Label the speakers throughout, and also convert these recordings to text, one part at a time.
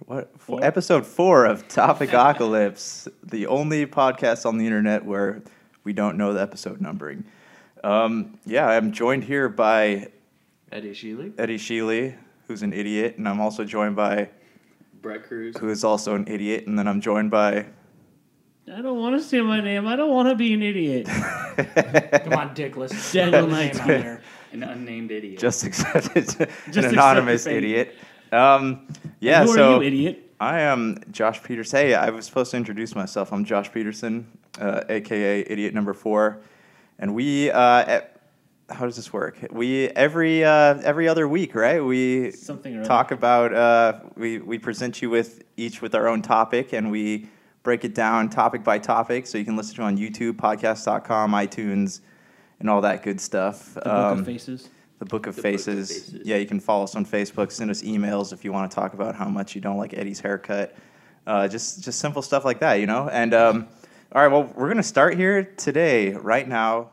Speaker 1: what, for episode four of Topicocalypse, the only podcast on the internet where we don't know the episode numbering. Um, yeah, I'm joined here by
Speaker 2: Eddie Sheely,
Speaker 1: Eddie Sheely, who's an idiot, and I'm also joined by
Speaker 2: Brett Cruz.
Speaker 1: who is also an idiot, and then I'm joined by
Speaker 3: I don't want to say my name. I don't want to be an idiot.
Speaker 4: Come on, Dick. Let's
Speaker 3: Dead
Speaker 4: dead name
Speaker 3: Lights.
Speaker 4: out there.
Speaker 2: An unnamed idiot.
Speaker 1: just accepted an
Speaker 3: accept
Speaker 1: anonymous
Speaker 3: your fate.
Speaker 1: idiot. Um, yeah,
Speaker 3: Who are
Speaker 1: so
Speaker 3: you, idiot?
Speaker 1: I am Josh Peters. Hey, I was supposed to introduce myself. I'm Josh Peterson, uh, aka Idiot Number Four, and we. Uh, e- how does this work? We every uh, every other week, right? We
Speaker 3: Something or other.
Speaker 1: talk about. Uh, we we present you with each with our own topic, and we break it down topic by topic, so you can listen to it on YouTube, podcast.com, iTunes, and all that good stuff.
Speaker 3: The book of faces.
Speaker 1: The Book of
Speaker 2: The Book of
Speaker 1: Faces.
Speaker 2: Faces.
Speaker 1: Yeah, you can follow us on Facebook. Send us emails if you want to talk about how much you don't like Eddie's haircut. Uh, just just simple stuff like that, you know. And um, all right, well, we're gonna start here today, right now.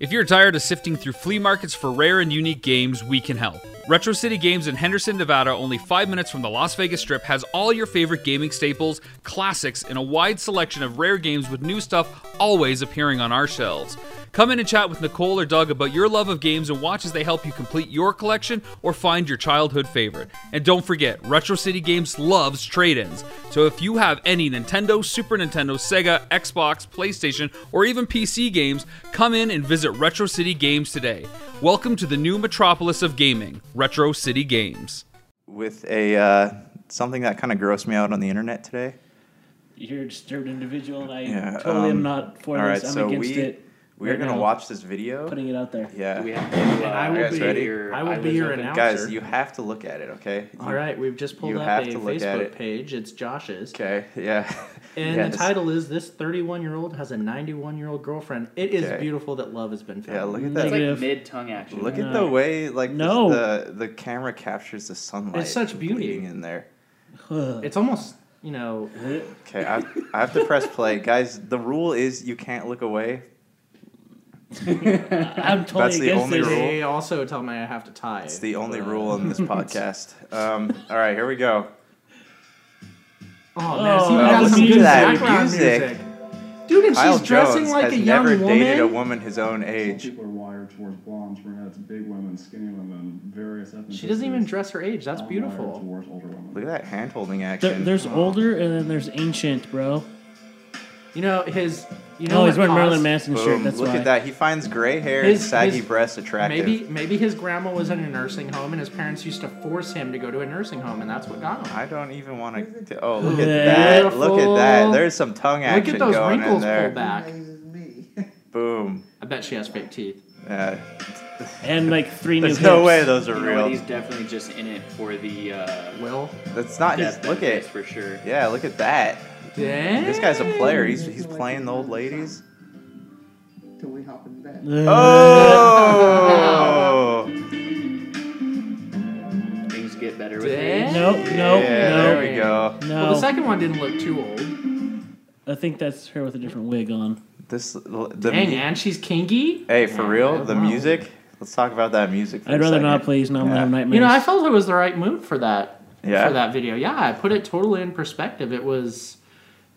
Speaker 5: If you're tired of sifting through flea markets for rare and unique games, we can help. Retro City Games in Henderson, Nevada, only five minutes from the Las Vegas Strip, has all your favorite gaming staples, classics, and a wide selection of rare games with new stuff always appearing on our shelves. Come in and chat with Nicole or Doug about your love of games and watch as they help you complete your collection or find your childhood favorite. And don't forget, Retro City Games loves trade ins. So if you have any Nintendo, Super Nintendo, Sega, Xbox, PlayStation, or even PC games, come in and visit Retro City Games today. Welcome to the new metropolis of gaming, Retro City Games.
Speaker 1: with a uh, something that kind of grossed me out on the internet today.
Speaker 3: You're a disturbed individual, and I
Speaker 1: Yeah,
Speaker 3: totally
Speaker 1: um,
Speaker 3: am not for
Speaker 1: All
Speaker 3: this.
Speaker 1: right,
Speaker 3: I'm
Speaker 1: so
Speaker 3: against
Speaker 1: we
Speaker 3: it.
Speaker 1: we're
Speaker 3: right
Speaker 1: gonna
Speaker 3: now.
Speaker 1: watch this video.
Speaker 3: Putting it out there.
Speaker 1: yeah,
Speaker 2: we have to, uh,
Speaker 4: And I will
Speaker 1: guys
Speaker 4: be.
Speaker 1: ready?
Speaker 4: I will be
Speaker 2: eyelids
Speaker 4: your
Speaker 2: open.
Speaker 4: announcer.
Speaker 1: guys, you have to look at it, okay?
Speaker 4: All right, we've just pulled
Speaker 1: you
Speaker 4: up
Speaker 1: have
Speaker 4: a
Speaker 1: to look at it.
Speaker 4: Facebook page. It's Josh's.
Speaker 1: Okay, yeah.
Speaker 4: And
Speaker 1: Yeah,
Speaker 4: the
Speaker 1: this-
Speaker 4: title is This 31 Year Old Has a 91 Year Old Girlfriend. It is
Speaker 1: Okay.
Speaker 4: beautiful that love has been found.
Speaker 1: Yeah, look at
Speaker 2: It's
Speaker 1: that.
Speaker 2: like
Speaker 3: Negative.
Speaker 2: mid tongue action.
Speaker 1: Look at
Speaker 3: No.
Speaker 1: the way like the-
Speaker 3: No.
Speaker 1: the the camera captures the sunlight.
Speaker 4: such beauty.
Speaker 1: bleeding in there.
Speaker 3: Ugh.
Speaker 4: It's almost, you know,
Speaker 1: Okay, I, I have to press play, guys. The rule is you can't look away.
Speaker 3: I'm totally
Speaker 1: That's the
Speaker 3: against
Speaker 1: only
Speaker 3: this.
Speaker 1: rule.
Speaker 4: they also tell me I have to tie.
Speaker 1: It's the only rule in this podcast. Um, all right, here we go.
Speaker 4: Oh, man, see,
Speaker 3: Oh,
Speaker 4: we got
Speaker 1: listen
Speaker 4: some
Speaker 1: to
Speaker 4: good
Speaker 1: that
Speaker 4: background
Speaker 1: music.
Speaker 4: music. Dude, and
Speaker 1: Kyle
Speaker 4: she's dressing
Speaker 1: Jones
Speaker 4: like
Speaker 1: has
Speaker 4: a young
Speaker 1: never
Speaker 4: woman.
Speaker 1: dated a woman his own age.
Speaker 6: People are wired towards blondes, brunettes, big women, skinny women, various ethnicities.
Speaker 4: She doesn't even dress her age. That's
Speaker 2: Oh,
Speaker 6: All wired
Speaker 4: beautiful.
Speaker 6: Towards older women.
Speaker 1: Look at that hand holding
Speaker 3: There,
Speaker 1: action.
Speaker 3: there's older and then there's ancient, bro.
Speaker 4: You know his. You know
Speaker 3: No, oh, he's
Speaker 4: what
Speaker 3: wearing Marilyn
Speaker 4: caused-
Speaker 3: Manson
Speaker 1: Boom.
Speaker 3: shirt. That's
Speaker 1: look
Speaker 3: why.
Speaker 1: at that. He finds gray hair and
Speaker 4: His-
Speaker 1: saggy
Speaker 4: his-
Speaker 1: breasts attractive.
Speaker 4: Maybe maybe his grandma was in a nursing home and his parents used to force him to go to a nursing home and that's what got him.
Speaker 1: I don't even want to. Oh, look at that! Look at that!
Speaker 4: Beautiful.
Speaker 1: There's some tongue
Speaker 4: Look
Speaker 1: action
Speaker 4: at those
Speaker 1: going in
Speaker 4: wrinkles pulled
Speaker 1: there.
Speaker 4: back.
Speaker 1: Boom.
Speaker 4: I bet she has fake teeth.
Speaker 1: Yeah.
Speaker 3: And like three new
Speaker 1: There's no
Speaker 3: hips.
Speaker 1: way those are
Speaker 2: You know what,
Speaker 1: real.
Speaker 2: he's definitely just in it for the uh,
Speaker 4: Will.
Speaker 1: That's not his.
Speaker 2: death
Speaker 1: Look at.
Speaker 2: benefits for sure.
Speaker 1: Yeah, look at that.
Speaker 4: Damn.
Speaker 1: This guy's a player. He's he's playing the old ladies.
Speaker 7: till we hop in bed.
Speaker 3: Uh,
Speaker 1: Oh!
Speaker 2: Things get better with
Speaker 4: Damn.
Speaker 2: age.
Speaker 3: No, no, Oh, no.
Speaker 1: yeah, there we go.
Speaker 3: No.
Speaker 4: Well, the second one didn't look too old.
Speaker 3: I think that's her with a different wig on.
Speaker 1: This the
Speaker 4: Dang,
Speaker 1: mu-
Speaker 4: and she's kinky.
Speaker 1: Mm-hmm. hey for real the
Speaker 4: Wow.
Speaker 1: music. Let's talk about that music. For
Speaker 3: I'd
Speaker 1: a
Speaker 3: rather
Speaker 1: second.
Speaker 3: not, please. Now I'm gonna have
Speaker 1: Yeah.
Speaker 3: nightmares.
Speaker 4: You know, I felt it was the right move for that.
Speaker 1: Yeah?
Speaker 4: For that video, yeah, I put it totally in perspective. It was,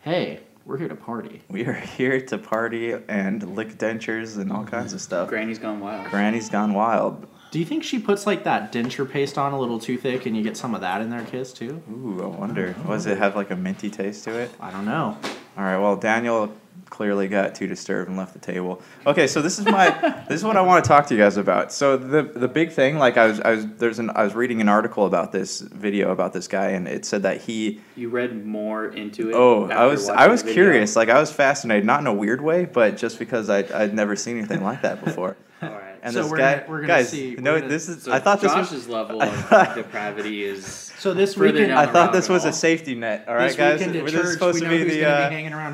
Speaker 4: hey, we're here to party.
Speaker 1: We are here to party and lick dentures and all kinds of stuff.
Speaker 2: Granny's gone wild.
Speaker 1: Granny's gone wild.
Speaker 4: Do you think she puts like that denture paste on a little too thick and you get some of that in their kiss too?
Speaker 1: Ooh, I wonder. Does it have like a minty taste to it?
Speaker 4: I don't know.
Speaker 1: All right. Well, Daniel clearly got too disturbed and left the table. Okay, so this is my this is what I want to talk to you guys about. So the the big thing, like I was I was there's an I was reading an article about this video about this guy, and it said that he
Speaker 2: You read more into it.
Speaker 1: oh
Speaker 2: after
Speaker 1: I was
Speaker 2: watching
Speaker 1: I
Speaker 2: the
Speaker 1: was
Speaker 2: video.
Speaker 1: curious, like I was fascinated, not in a weird way, but just because I I'd never seen anything like that before.
Speaker 2: All right.
Speaker 1: And
Speaker 4: So
Speaker 1: this
Speaker 4: we're
Speaker 1: guy,
Speaker 4: gonna- we're gonna
Speaker 1: guys,
Speaker 4: see-
Speaker 1: no,
Speaker 4: we're gonna-
Speaker 1: this is
Speaker 2: So
Speaker 1: I thought this
Speaker 2: Josh's
Speaker 1: was
Speaker 2: level of depravity is.
Speaker 4: So this
Speaker 2: Further
Speaker 4: weekend,
Speaker 2: down
Speaker 1: I
Speaker 2: the
Speaker 1: thought
Speaker 2: road
Speaker 1: this
Speaker 2: at
Speaker 1: was
Speaker 2: all.
Speaker 1: a safety net. All right,
Speaker 4: this
Speaker 1: guys,
Speaker 4: weekend at
Speaker 1: this
Speaker 4: church,
Speaker 1: is supposed
Speaker 4: we
Speaker 1: to
Speaker 4: know
Speaker 1: be
Speaker 4: who's
Speaker 1: the.
Speaker 4: gonna
Speaker 1: uh,
Speaker 4: be hanging around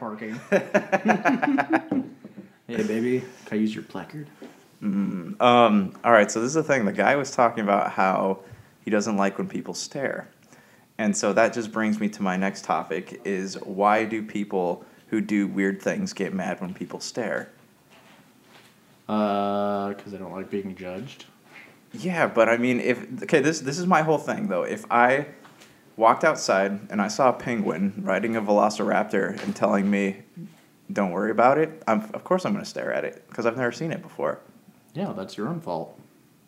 Speaker 4: parking. hey, baby, can I use your placard?
Speaker 1: Um, all right, so this is the thing. The guy was talking about how he doesn't like when people stare. And so that just brings me to my next topic is why do people who do weird things get mad when people stare?
Speaker 4: Uh, because I don't like being judged.
Speaker 1: Yeah, but I mean, if okay, this this is my whole thing though. If I walked outside and I saw a penguin riding a velociraptor and telling me, "Don't worry about it," I'm of course I'm going to stare at it because I've never seen it before.
Speaker 4: Yeah, that's your own fault.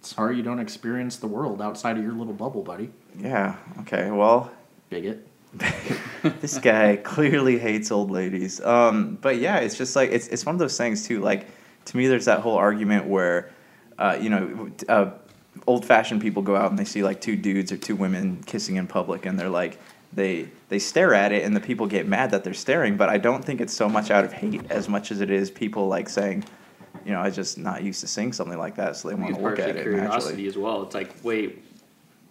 Speaker 4: Sorry you don't experience the world outside of your little bubble, buddy.
Speaker 1: Yeah. Okay. Well,
Speaker 4: Bigot.
Speaker 1: this guy clearly hates old ladies. Um, but yeah, it's just like it's it's one of those things too. Like to me, there's that whole argument where, uh, you know, uh, old fashioned people go out and they see like two dudes or two women kissing in public, and they're like they they stare at it, and the people get mad that they're staring. But I don't think it's so much out of hate as much as it is people like saying. You know, I just not used to seeing something like that, so they
Speaker 2: I think
Speaker 1: want
Speaker 2: it's
Speaker 1: to look
Speaker 2: partially
Speaker 1: at it.
Speaker 2: curiosity
Speaker 1: Naturally.
Speaker 2: as well. It's like, wait,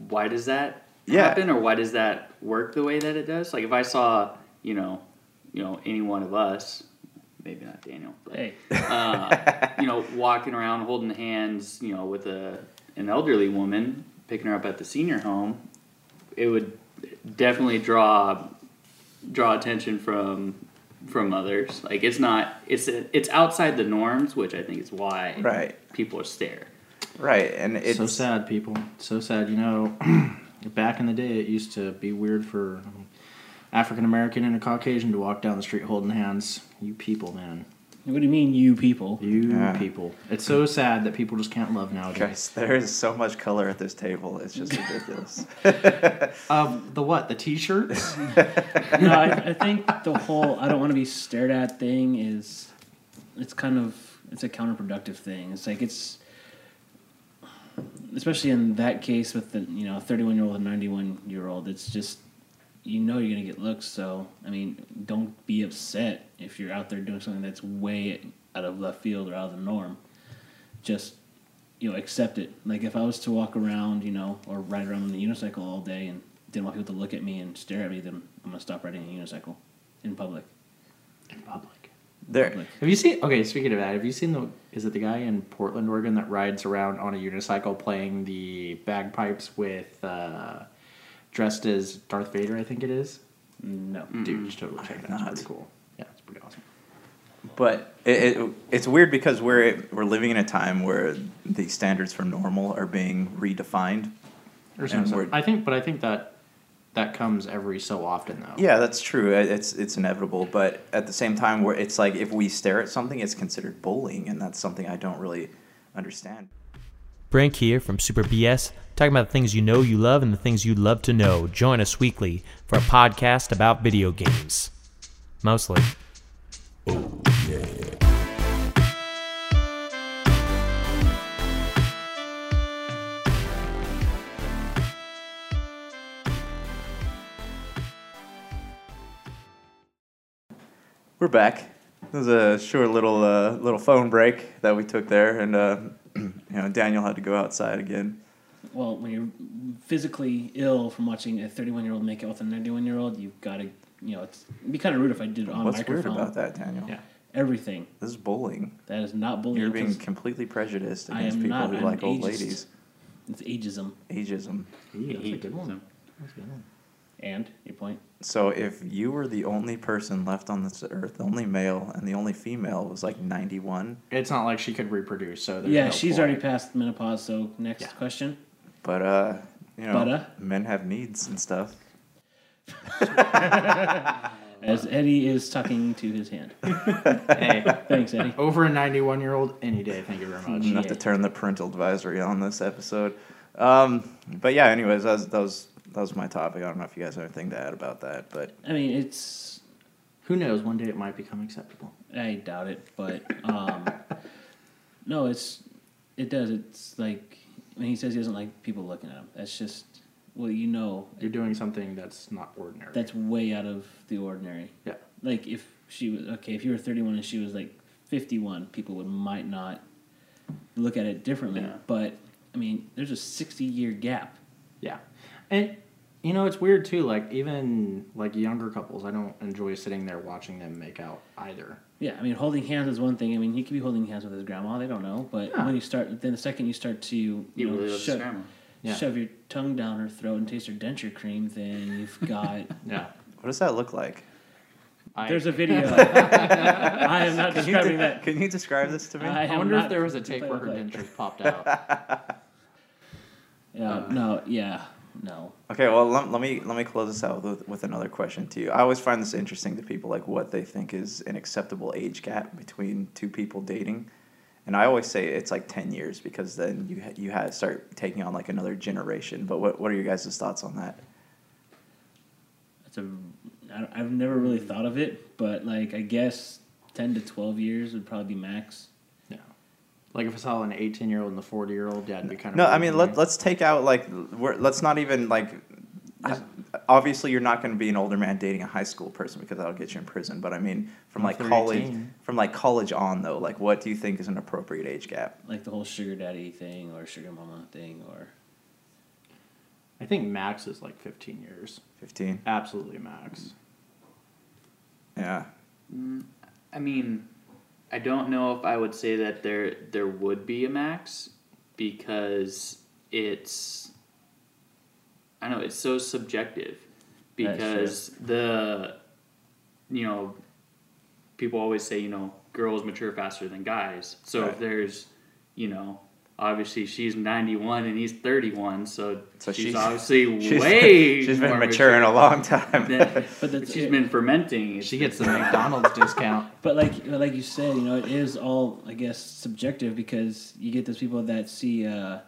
Speaker 2: why does that
Speaker 1: Yeah.
Speaker 2: happen, or why does that work the way that it does? Like, if I saw, you know, you know, any one of us, maybe not Daniel, but
Speaker 3: Hey,
Speaker 2: uh, you know, walking around holding hands, you know, with a an elderly woman, picking her up at the senior home, it would definitely draw draw attention from from others. Like it's not it's it's outside the norms, which I think is why
Speaker 1: Right,
Speaker 2: people stare.
Speaker 1: right, and it's
Speaker 4: so sad, people. So sad. You know, back in the day, it used to be weird for African American and a Caucasian to walk down the street holding hands. You people, man.
Speaker 3: what do you mean, you people?
Speaker 4: You
Speaker 1: Yeah.
Speaker 4: people. It's so sad that people just can't love nowadays.
Speaker 1: Guys, there is so much color at this table. It's just ridiculous.
Speaker 4: Um, the what? The T-shirts?
Speaker 3: no, I, I think the whole "I don't want to be stared at" thing is, it's kind of it's a counterproductive thing. It's like it's, especially in that case with the you know thirty one year old and ninety one year old. It's just you know you're gonna get looks. So I mean, don't be upset if you're out there doing something that's way out of left field or out of the norm. Just you know accept it. Like if I was to walk around, you know, or ride around on the unicycle all day and didn't want people to look at me and stare at me, then I'm gonna stop riding a unicycle in public.
Speaker 4: In public.
Speaker 1: there,
Speaker 4: Have you seen? Okay, speaking of that, have you seen the? Is it the guy in Portland, Oregon, that rides around on a unicycle playing the bagpipes with, uh, dressed as Darth Vader? I think it is.
Speaker 3: No.
Speaker 4: Dude, just totally check it out. It's
Speaker 1: not.
Speaker 4: pretty cool. Yeah, it's pretty awesome.
Speaker 1: but it, it, it's weird because we're we're living in a time where the standards for normal are being redefined.
Speaker 4: Or some-
Speaker 1: And we're-
Speaker 4: I think, but I think that that comes every so often though.
Speaker 1: Yeah, that's true. It- It's it's inevitable, but at the same time, where it's like if we stare at something, it's considered bullying, and that's something I don't really understand.
Speaker 8: Brank here from Super BS, talking about the things you know you love and the things you love to know. Join us weekly for a podcast about video games. Mostly.
Speaker 1: We're back. It was a short little uh, little phone break that we took there, and uh, you know Daniel had to go outside again.
Speaker 3: Well, when you're physically ill from watching a 31 year old make out with a 91 year old, you've got to, you know, it's, it'd be kind of rude if I did it on
Speaker 1: What's
Speaker 3: microphone.
Speaker 1: weird about that, Daniel?
Speaker 4: Yeah.
Speaker 3: Everything
Speaker 1: This is bullying.
Speaker 3: that is not bullying.
Speaker 1: You're being
Speaker 3: 'cause
Speaker 1: completely prejudiced
Speaker 3: I
Speaker 1: against
Speaker 3: am
Speaker 1: people
Speaker 3: not.
Speaker 1: who
Speaker 3: I'm
Speaker 1: like old
Speaker 3: ageist.
Speaker 1: ladies.
Speaker 3: it's ageism.
Speaker 1: Ageism.
Speaker 4: Ooh, that's a
Speaker 2: Hate
Speaker 4: good one.
Speaker 2: them.
Speaker 4: That's a good one.
Speaker 3: And your point.
Speaker 1: So if you were the only person left on this earth, the only male and the only female was like 91,
Speaker 4: It's not like she could reproduce, so there's
Speaker 3: yeah,
Speaker 4: no
Speaker 3: she's
Speaker 4: point.
Speaker 3: already past menopause. So next
Speaker 4: Yeah.
Speaker 3: question.
Speaker 1: but uh, you know,
Speaker 3: But, uh?
Speaker 1: men have needs and stuff.
Speaker 3: As Eddie is tucking to his hand.
Speaker 4: Hey,
Speaker 3: Thanks, Eddie.
Speaker 4: over a 91 year old any day. Thank you very much.
Speaker 1: Not to turn the parental advisory on this episode. Um, but yeah, anyways, that was, that was that was my topic. I don't know if you guys have anything to add about that, but
Speaker 3: I mean, it's
Speaker 4: Who knows? One day it might become acceptable.
Speaker 3: I doubt it, but um, no, it's it does. It's like when he says he doesn't like people looking at him. That's just well, you know,
Speaker 4: You're doing something that's not ordinary.
Speaker 3: that's way out of the ordinary.
Speaker 4: yeah.
Speaker 3: Like if she was okay, if you were thirty one and she was like fifty one, people would might not look at it differently.
Speaker 2: Yeah.
Speaker 3: But I mean, there's a sixty year gap.
Speaker 4: Yeah. And you know, it's weird too, like even like younger couples, I don't enjoy sitting there watching them make out either.
Speaker 3: Yeah, I mean, holding hands is one thing. I mean, he could be holding hands with his grandma. They don't know. But
Speaker 4: Yeah.
Speaker 3: when you start, then the second you start to, you,
Speaker 2: You
Speaker 1: Mm,
Speaker 3: know,
Speaker 2: really love
Speaker 3: shove,
Speaker 2: this grandma.
Speaker 4: Yeah.
Speaker 3: shove your tongue down her throat and taste her denture cream, then you've got.
Speaker 4: Yeah.
Speaker 1: what does that look like?
Speaker 4: I,
Speaker 3: There's a video. I am not
Speaker 1: Can you, de-
Speaker 3: describing that. Uh,
Speaker 1: can you describe this to me?
Speaker 3: I,
Speaker 4: I
Speaker 3: have
Speaker 4: wonder
Speaker 3: not
Speaker 4: if there was a tape
Speaker 3: played
Speaker 4: where her
Speaker 3: that.
Speaker 4: dentures popped out.
Speaker 3: Yeah, no, yeah, no.
Speaker 1: Okay, well let, let me let me close this out with, with another question to you. I always find this interesting to people like what they think is an acceptable age gap between two people dating, and I always say it's like ten years because then you ha- you ha- start taking on like another generation. But what what are your guys' thoughts on that?
Speaker 3: It's a, I, I've never really thought of it, but like I guess ten to twelve years would probably be max.
Speaker 4: No. Like if I saw an 18 year old and a 40 year old, yeah, it'd be kind of.
Speaker 1: No, I
Speaker 4: weird
Speaker 1: mean
Speaker 4: to
Speaker 1: let let's take out like we're, let's not even like. I- Obviously, you're not going to be an older man dating a high school person because that'll get you in prison. But I mean, from
Speaker 4: Not
Speaker 1: like
Speaker 4: if they're
Speaker 1: college,
Speaker 4: 18.
Speaker 1: from like college on though, like what do you think is an appropriate age gap?
Speaker 3: Like the whole sugar daddy thing or sugar mama thing or
Speaker 4: I think max is like 15 years.
Speaker 1: Fifteen.
Speaker 4: Absolutely max.
Speaker 1: Yeah.
Speaker 2: I mean, I don't know if I would say that there there would be a max because it's I don't know it's so subjective
Speaker 3: That's true.
Speaker 2: because the you know people always say you know girls mature faster than guys so if
Speaker 1: Right.
Speaker 2: there's you know obviously she's 91 and he's 31 so,
Speaker 1: So
Speaker 2: she's,
Speaker 1: she's-
Speaker 2: obviously
Speaker 1: She's,
Speaker 2: way
Speaker 1: she's been
Speaker 2: more
Speaker 1: mature, in a long time.
Speaker 2: than,
Speaker 3: But that's
Speaker 2: she's
Speaker 3: it.
Speaker 2: been fermenting
Speaker 4: She gets the McDonald's discount.
Speaker 3: But like like you said, you know, it is all I guess subjective because you get those people that see uh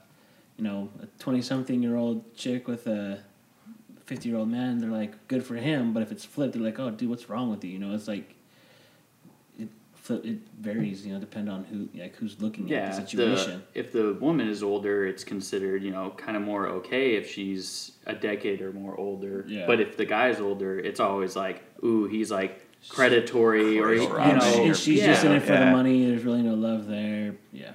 Speaker 3: you know, a twenty something year old chick with a fifty year old man, they're like, good for him, but if it's flipped, they're like, Oh dude, what's wrong with you? You know, it's like it flip it varies, you know, depending on who like who's looking at the
Speaker 2: if
Speaker 3: situation.
Speaker 2: if the woman is older, it's considered, you know, kind of more okay if she's a decade or more older.
Speaker 3: Yeah.
Speaker 2: But if the guy's older, it's always like, ooh, he's like predatory or, he- you
Speaker 1: Correct.
Speaker 3: and, she-
Speaker 2: know.
Speaker 3: and she's
Speaker 2: yeah.
Speaker 3: just in it for
Speaker 1: Yeah.
Speaker 3: the money, there's really no love there. Yeah.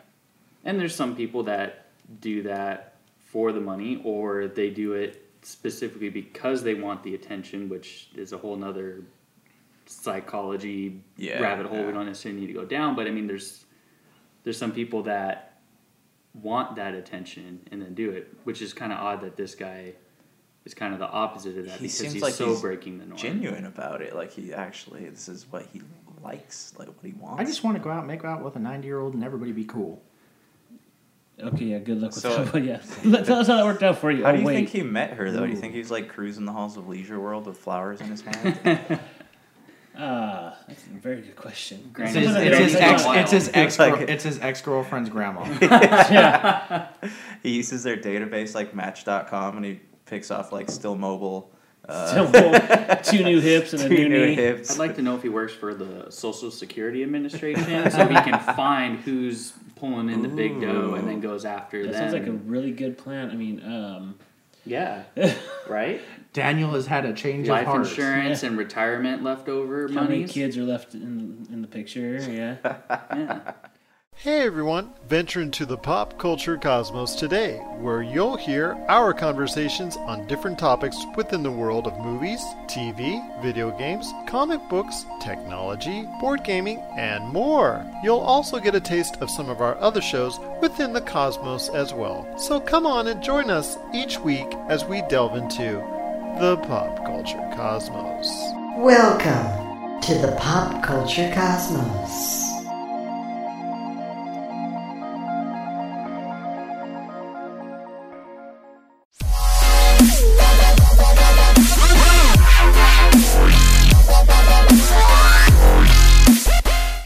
Speaker 2: And there's some people that do that for the money or they do it specifically because they want the attention, which is a whole nother psychology
Speaker 1: Yeah,
Speaker 2: rabbit hole
Speaker 1: yeah.
Speaker 2: we don't necessarily need to go down, but I mean there's there's some people that want that attention and then do it, which is kind of odd that this guy is kind of the opposite of that
Speaker 1: He
Speaker 2: because
Speaker 1: seems
Speaker 2: he's
Speaker 1: like
Speaker 2: so
Speaker 1: he's
Speaker 2: breaking the norm.
Speaker 1: genuine about it. Like he actually, this is what he likes, like what he wants.
Speaker 4: I just want to go out, and make out with a 90 year old, and everybody be cool.
Speaker 3: Okay, yeah, good luck with
Speaker 1: So-
Speaker 3: that. But yeah. That's how that worked out for you.
Speaker 1: How
Speaker 3: oh,
Speaker 1: do you
Speaker 3: wait.
Speaker 1: think he met her though? Do you think he was like cruising the halls of Leisure World with flowers in his hand?
Speaker 3: Ah, that's a very good question.
Speaker 2: Granted,
Speaker 4: It's his,
Speaker 2: Something
Speaker 4: it's his
Speaker 2: that takes
Speaker 4: ex.
Speaker 2: a while.
Speaker 4: It's his ex.
Speaker 1: Like-
Speaker 4: it's his ex girlfriend's grandma.
Speaker 3: yeah.
Speaker 1: he uses their database like Match.com, and he picks off like still mobile, uh,
Speaker 3: So, well, two new hips and a
Speaker 1: two
Speaker 3: new,
Speaker 1: new
Speaker 3: knee.
Speaker 1: hips.
Speaker 2: I'd like to know if he works for the Social Security Administration so he can find who's pulling in the big dough and then goes after
Speaker 3: That
Speaker 2: them.
Speaker 3: sounds like a really good plan. I mean, um,
Speaker 2: yeah, right.
Speaker 4: Daniel has had a change
Speaker 2: Life
Speaker 4: of heart.
Speaker 2: insurance and retirement leftover
Speaker 3: how many
Speaker 2: money.
Speaker 3: kids are left in in the picture? Yeah.
Speaker 9: Hey everyone, venture into the pop culture cosmos today, where you'll hear our conversations on different topics within the world of movies, TV, video games, comic books, technology, board gaming, and more. You'll also get a taste of some of our other shows within the cosmos as well. So come on and join us each week as we delve into the pop culture cosmos.
Speaker 10: Welcome to the Pop Culture Cosmos.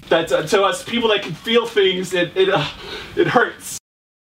Speaker 11: That's uh, to us people that can feel things. It it uh, it hurts.